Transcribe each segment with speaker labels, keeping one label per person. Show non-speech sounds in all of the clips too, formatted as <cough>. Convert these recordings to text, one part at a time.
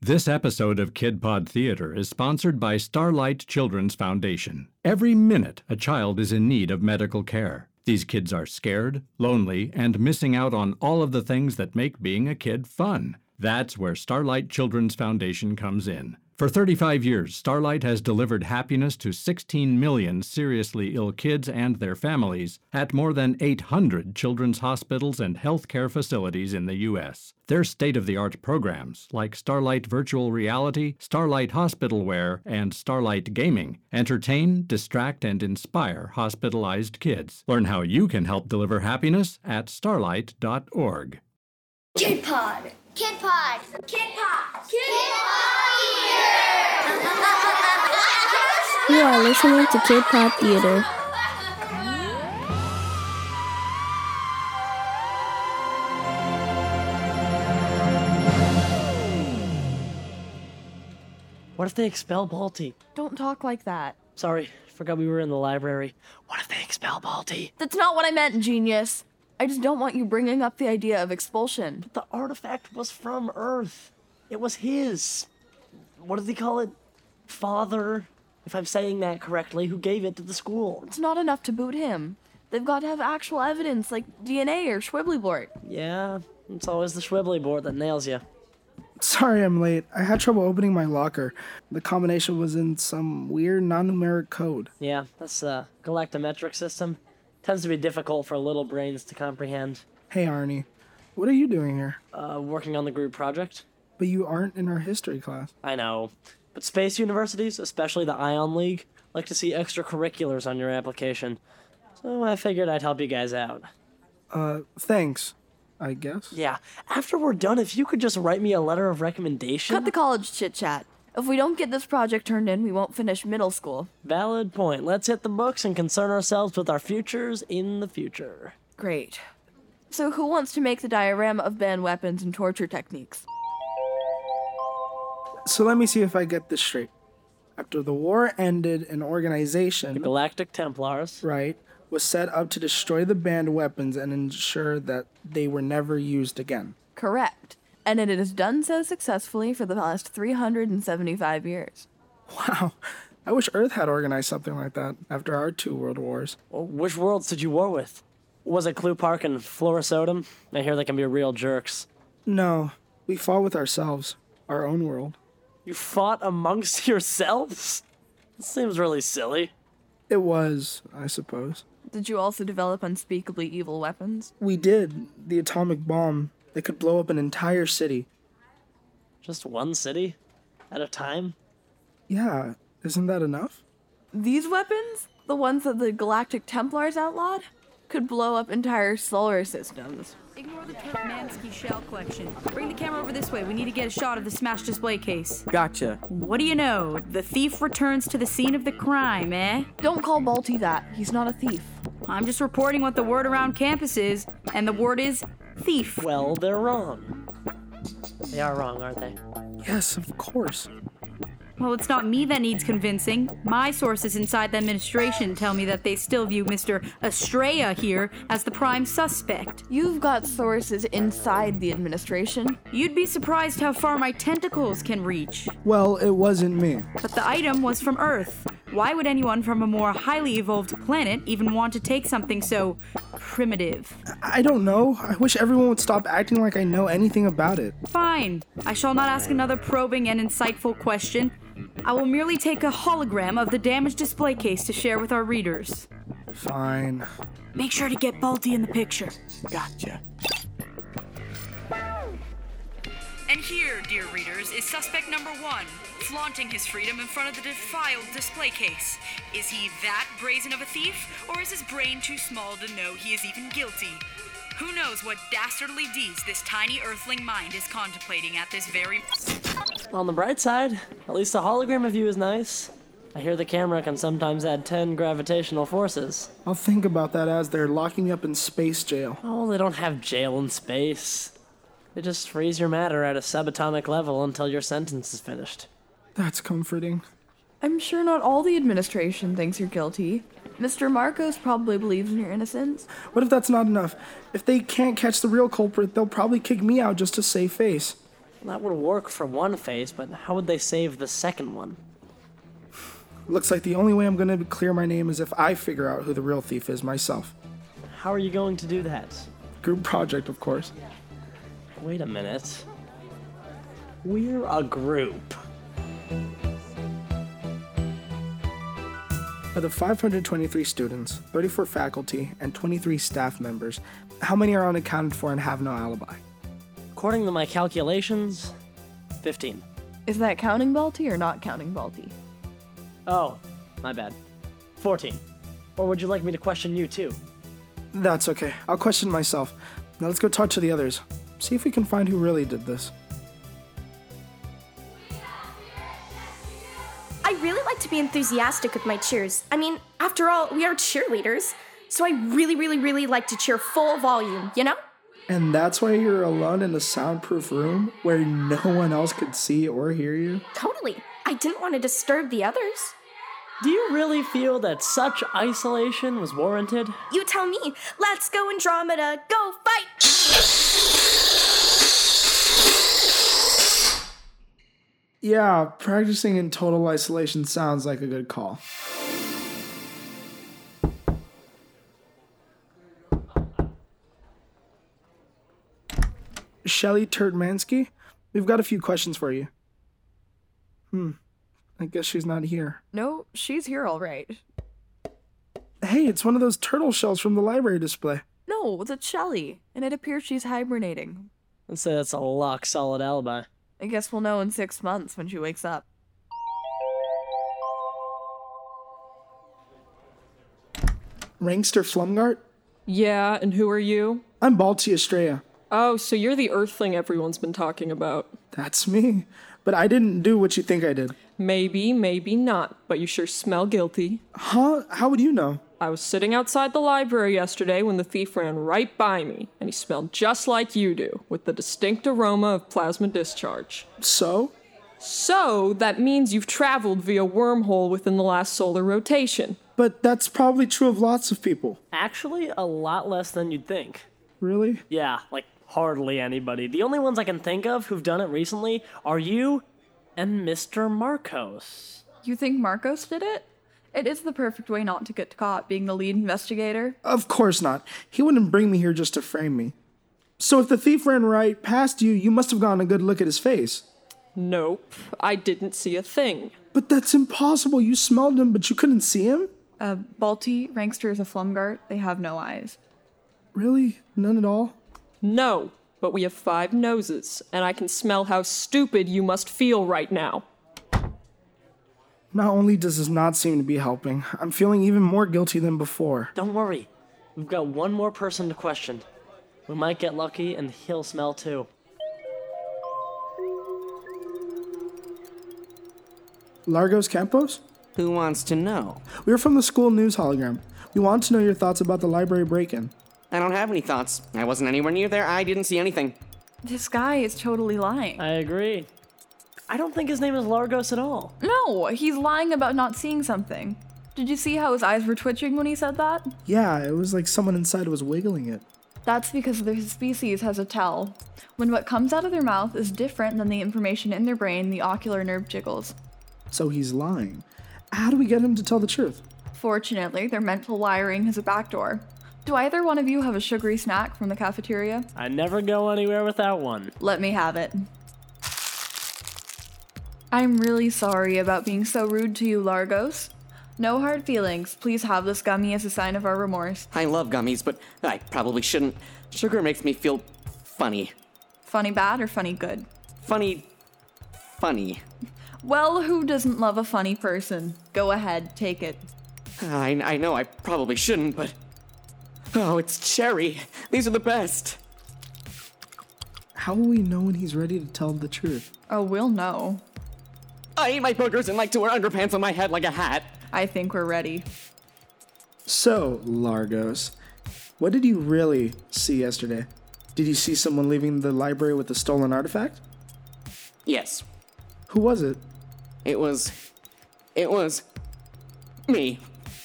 Speaker 1: This episode of Kid Pod Theater is sponsored by Starlight Children's Foundation. Every minute, a child is in need of medical care. These kids are scared, lonely, and missing out on all of the things that make being a kid fun. That's where Starlight Children's Foundation comes in. For 35 years, Starlight has delivered happiness to 16 million seriously ill kids and their families at more than 800 children's hospitals and healthcare facilities in the U.S. Their state of the art programs, like Starlight Virtual Reality, Starlight Hospitalware, and Starlight Gaming, entertain, distract, and inspire hospitalized kids. Learn how you can help deliver happiness at starlight.org.
Speaker 2: Kid Pod. Kid Pod. Kid Pod. Kid,
Speaker 3: You are listening to Kid Pop Theater.
Speaker 2: <laughs>
Speaker 4: What if they expel Balti?
Speaker 5: Don't talk like that.
Speaker 4: Sorry, forgot we were in the library. What if they expel Balti?
Speaker 5: That's not what I meant, genius. I just don't want you bringing up the idea of expulsion.
Speaker 4: The artifact was from Earth. It was his. What do they call it? Father, if I'm saying that correctly, who gave it to the school.
Speaker 5: It's not enough to boot him. They've got to have actual evidence like DNA or Schwibblyblort.
Speaker 4: Yeah, it's always the Schwibbly board that nails you.
Speaker 6: Sorry I'm late. I had trouble opening my locker. The combination was in some weird non-numeric code.
Speaker 4: Yeah, that's uh, galactometric system. Tends to be difficult for little brains to comprehend.
Speaker 6: Hey Arnie, what are you doing here?
Speaker 4: Uh, working on the group project?
Speaker 6: But you aren't in our history class.
Speaker 4: I know. But space universities, especially the Ion League, like to see extracurriculars on your application. So I figured I'd help you guys out.
Speaker 6: Thanks, I guess.
Speaker 4: Yeah, after we're done, if you could just write me a letter of recommendation.
Speaker 5: Cut the college chit chat. If we don't get this project turned in, we won't finish middle school.
Speaker 4: Valid point. Let's hit the books and concern ourselves with our futures in the future.
Speaker 5: Great. So, who wants to make the diorama of banned weapons and torture techniques?
Speaker 6: So let me see if I get this straight. After the war ended, an organization,
Speaker 4: Galactic Templars.
Speaker 6: right, was set up to destroy the banned weapons and ensure that they were never used again.
Speaker 5: Correct. And it has done so successfully for the past 375 years.
Speaker 6: Wow. I wish Earth had organized something like that after our two world wars.
Speaker 4: Which worlds did you war with? Was it Clue Park and Florisotum? I hear they can be real jerks.
Speaker 6: No, we fought with ourselves, our own world.
Speaker 4: You fought amongst <laughs> yourselves? This seems really silly.
Speaker 6: It was, I suppose.
Speaker 5: Did you also develop unspeakably evil weapons?
Speaker 6: We did. The atomic bomb that could blow up an entire city.
Speaker 4: Just one city? At a time?
Speaker 6: Yeah, isn't that enough?
Speaker 5: These weapons, the ones that the Galactic Templars outlawed, could blow up entire solar systems.
Speaker 7: Ignore the Turkmansky shell collection. Bring the camera over this way. We need to get a shot of the smashed display case.
Speaker 8: Gotcha.
Speaker 7: What do you know? The thief returns to the scene of the crime, eh?
Speaker 5: Don't call Balti that. He's not a thief.
Speaker 7: I'm just reporting what the word around campus is, and the word is thief.
Speaker 4: Well, they're wrong. They are wrong, aren't they?
Speaker 6: Yes, of course.
Speaker 7: Well, it's not me that needs convincing. My sources inside the administration tell me that they still view Mr. Estrella here as the prime suspect.
Speaker 5: You've got sources inside the administration.
Speaker 7: You'd be surprised how far my tentacles can reach.
Speaker 6: Well, it wasn't me.
Speaker 7: But the item was from Earth. Why would anyone from a more highly evolved planet even want to take something so primitive?
Speaker 6: I don't know. I wish everyone would stop acting like I know anything about it.
Speaker 7: Fine. I shall not ask another probing and insightful question. I will merely take a hologram of the damaged display case to share with our readers.
Speaker 6: Fine.
Speaker 7: Make sure to get Baldy in the picture.
Speaker 8: Gotcha.
Speaker 7: And here, dear readers, is suspect number one, flaunting his freedom in front of the defiled display case. Is he that brazen of a thief, or is his brain too small to know he is even guilty? Who knows what dastardly deeds this tiny earthling mind is contemplating at this very.
Speaker 4: On the bright side, at least a hologram of you is nice. I hear the camera can sometimes add 10 gravitational forces.
Speaker 6: I'll think about that as they're locking me up in space jail.
Speaker 4: Oh, they don't have jail in space. They just freeze your matter at a subatomic level until your sentence is finished.
Speaker 6: That's comforting.
Speaker 5: I'm sure not all the administration thinks you're guilty. Mr. Marcos probably believes in your innocence.
Speaker 6: What if that's not enough? If they can't catch the real culprit, they'll probably kick me out just to save face.
Speaker 4: That would work for one phase, but how would they save the second one?
Speaker 6: Looks like the only way I'm going to clear my name is if I figure out who the real thief is myself.
Speaker 4: How are you going to do that?
Speaker 6: Group project, of course.
Speaker 4: Wait a minute. We're a group.
Speaker 6: Of the 523 students, 34 faculty, and 23 staff members, how many are unaccounted for and have no alibi?
Speaker 4: According to my calculations, 15.
Speaker 5: Is that counting Balti or not counting Balti?
Speaker 4: Oh, my bad. 14. Or would you like me to question you too?
Speaker 6: That's okay. I'll question myself. Now let's go talk to the others. See if we can find who really did this.
Speaker 3: I really like to be enthusiastic with my cheers. I mean, after all, we are cheerleaders. So I really, really, really like to cheer full volume, you know?
Speaker 6: And that's why you're alone in a soundproof room where no one else could see or hear you?
Speaker 3: Totally. I didn't want to disturb the others.
Speaker 4: Do you really feel that such isolation was warranted?
Speaker 3: You tell me. Let's go, Andromeda. Go fight.
Speaker 6: Yeah, practicing in total isolation sounds like a good call. Shelly Turdmansky, we've got a few questions for you. Hmm, I guess she's not here.
Speaker 5: No, she's here all right.
Speaker 6: Hey, it's one of those turtle shells from the library display.
Speaker 5: No, it's Shelly, and it appears she's hibernating.
Speaker 4: Let's say that's a lock solid alibi.
Speaker 5: I guess we'll know in six months when she wakes up.
Speaker 6: Rankster Flumgart?
Speaker 8: Yeah, and who are you?
Speaker 6: I'm Balti Estrella.
Speaker 8: Oh, so you're the Earthling everyone's been talking about.
Speaker 6: That's me. But I didn't do what you think I did.
Speaker 8: Maybe, maybe not, but you sure smell guilty.
Speaker 6: Huh? How would you know?
Speaker 8: I was sitting outside the library yesterday when the thief ran right by me, and he smelled just like you do, with the distinct aroma of plasma discharge.
Speaker 6: So?
Speaker 8: So, that means you've traveled via wormhole within the last solar rotation.
Speaker 6: But that's probably true of lots of people.
Speaker 4: Actually, a lot less than you'd think.
Speaker 6: Really?
Speaker 4: Yeah, like hardly anybody. The only ones I can think of who've done it recently are you and Mr. Marcos.
Speaker 5: You think Marcos did it? It is the perfect way not to get caught being the lead investigator.
Speaker 6: Of course not. He wouldn't bring me here just to frame me. So if the thief ran right past you, you must have gotten a good look at his face.
Speaker 8: Nope, I didn't see a thing.
Speaker 6: But that's impossible. You smelled him, but you couldn't see him?
Speaker 5: Uh, Balti, Rankster is a Flumgart. They have no eyes.
Speaker 6: Really? None at all?
Speaker 8: No, but we have five noses, and I can smell how stupid you must feel right now.
Speaker 6: Not only does this not seem to be helping, I'm feeling even more guilty than before.
Speaker 4: Don't worry, we've got one more person to question. We might get lucky and he'll smell too.
Speaker 6: Largos Campos?
Speaker 9: Who wants to know?
Speaker 6: We're from the school news hologram. We want to know your thoughts about the library break in.
Speaker 9: I don't have any thoughts. I wasn't anywhere near there. I didn't see anything.
Speaker 5: This guy is totally lying.
Speaker 4: I agree. I don't think his name is Largos at all.
Speaker 5: no, he's lying about not seeing something. Did you see how his eyes were twitching when he said that?
Speaker 6: Yeah, it was like someone inside was wiggling it.
Speaker 5: That's because their species has a tell. When what comes out of their mouth is different than the information in their brain, the ocular nerve jiggles.
Speaker 6: So he's lying. How do we get him to tell the truth?
Speaker 5: Fortunately, their mental wiring has a backdoor. Do either one of you have a sugary snack from the cafeteria?
Speaker 4: I never go anywhere without one.
Speaker 5: Let me have it. I'm really sorry about being so rude to you, Largos. No hard feelings. Please have this gummy as a sign of our remorse.
Speaker 9: I love gummies, but I probably shouldn't. Sugar makes me feel funny.
Speaker 5: Funny bad or funny good?
Speaker 9: Funny. Funny.
Speaker 5: Well, who doesn't love a funny person? Go ahead, take it.
Speaker 9: I, I know I probably shouldn't, but. Oh, it's cherry. These are the best.
Speaker 6: How will we know when he's ready to tell the truth?
Speaker 5: Oh, we'll know.
Speaker 9: I eat my burgers and like to wear underpants on my head like a hat.
Speaker 5: I think we're ready.
Speaker 6: So, Largos, what did you really see yesterday? Did you see someone leaving the library with a stolen artifact?
Speaker 9: Yes,
Speaker 6: Who was it?
Speaker 9: it was. It was. Me.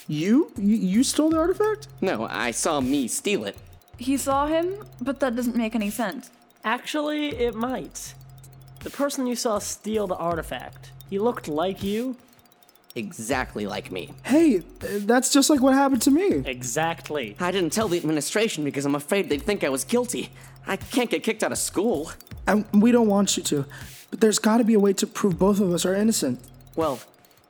Speaker 6: You? You, you stole the artifact?
Speaker 9: No, I saw me steal it.
Speaker 5: He saw him, but that doesn't make any sense.
Speaker 4: Actually, it might. The person you saw steal the artifact, he looked like you?
Speaker 7: Exactly like me.
Speaker 6: Hey, th- that's just like what happened to me.
Speaker 4: Exactly.
Speaker 7: I didn't tell the administration because I'm afraid they'd think I was guilty. I can't get kicked out of school.
Speaker 6: And we don't want you to. But there's got to be a way to prove both of us are innocent.
Speaker 7: Well,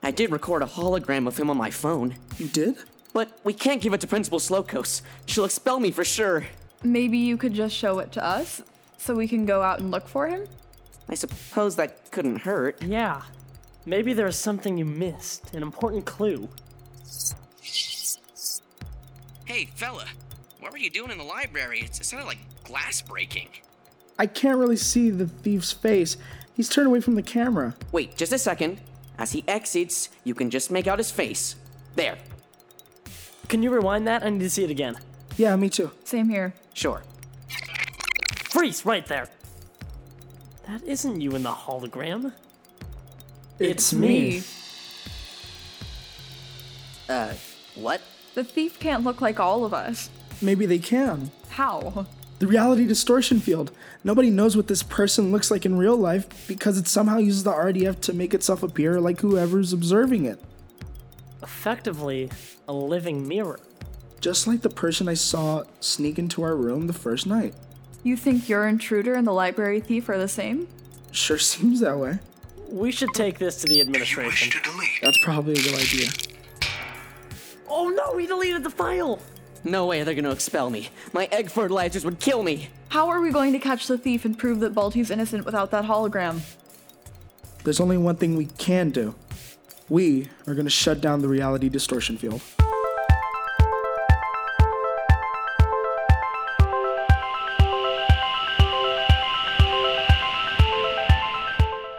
Speaker 7: I did record a hologram of him on my phone,
Speaker 6: You did?
Speaker 7: but we can't give it to Principal Slowkos. She'll expel me for sure.
Speaker 5: Maybe you could just show it to us so we can go out and look for him?
Speaker 7: I suppose that couldn't hurt.
Speaker 4: Yeah. Maybe there's something you missed, an important clue.
Speaker 7: Hey, fella, what were you doing in the library? It sounded like glass breaking.
Speaker 6: I can't really see the thief's face. He's turned away from the camera.
Speaker 7: Wait, just a second. As he exits, you can just make out his face. There.
Speaker 4: Can you rewind that? I need to see it again.
Speaker 6: Yeah, me too.
Speaker 5: Same here.
Speaker 7: Sure.
Speaker 4: Freeze right there. That isn't you in the hologram. It's
Speaker 5: Me.
Speaker 7: What?
Speaker 5: The thief can't look like all of us.
Speaker 6: Maybe they can.
Speaker 5: How?
Speaker 6: The reality distortion field. Nobody knows what this person looks like in real life because it somehow uses the RDF to make itself appear like whoever's observing it.
Speaker 4: Effectively, a living mirror.
Speaker 6: Just like the person I saw sneak into our room the first night.
Speaker 5: You think your intruder and the library thief are the same?
Speaker 6: Sure <laughs> seems that way.
Speaker 4: We should take this to the administration.
Speaker 6: That's probably a good idea.
Speaker 4: Oh no, he deleted the file!
Speaker 7: No way they're gonna expel me. My egg fertilizers would kill me.
Speaker 5: How are we going to catch the thief and prove that Balti's innocent without that hologram?
Speaker 6: There's only one thing we can do. We are going to shut down the reality distortion field.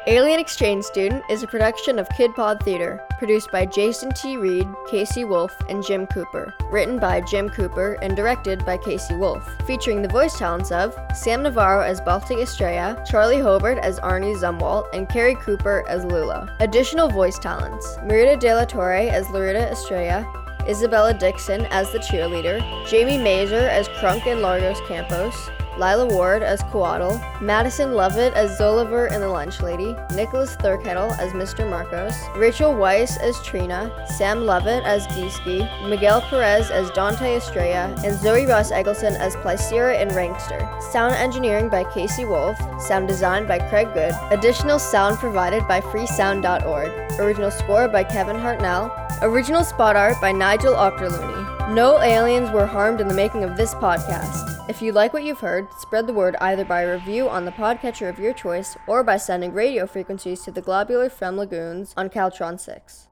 Speaker 10: Alien Exchange Student is a production of Kid Pod Theater, produced by Jason T. Reed, Casey Wolf, and Jim Cooper. Written by Jim Cooper and directed by Casey Wolf. Featuring the voice talents of Sam Navarro as Baltic Estrella, Charlie Hobart as Arnie Zumwalt, and Carrie Cooper as Lula. Additional voice talents Marita De La Torre as Loretta Estrella, Isabella Dixon as the cheerleader, Jamie Mazer as Crunk and Largos Campos, Lila Ward as Coatl, Madison Lovett as Zoliver and the Lunch Lady, Nicholas Thurkettle as Mr. Marcos, Rachel Weiss as Trina, Sam Lovett as Geeski, Miguel Perez as Dante Estrella, and Zoe Ross Eggleston as Placera and Rankster. Sound engineering by Casey Wolf, sound design by Craig Good, additional sound provided by freesound.org, original score by Kevin Hartnell, Original spot art by Nigel Octorlooney. No aliens were harmed in the making of this podcast. If you like what you've heard, spread the word either by review on the podcatcher of your choice or by sending radio frequencies to the Globular Femme Lagoons on Caltron 6.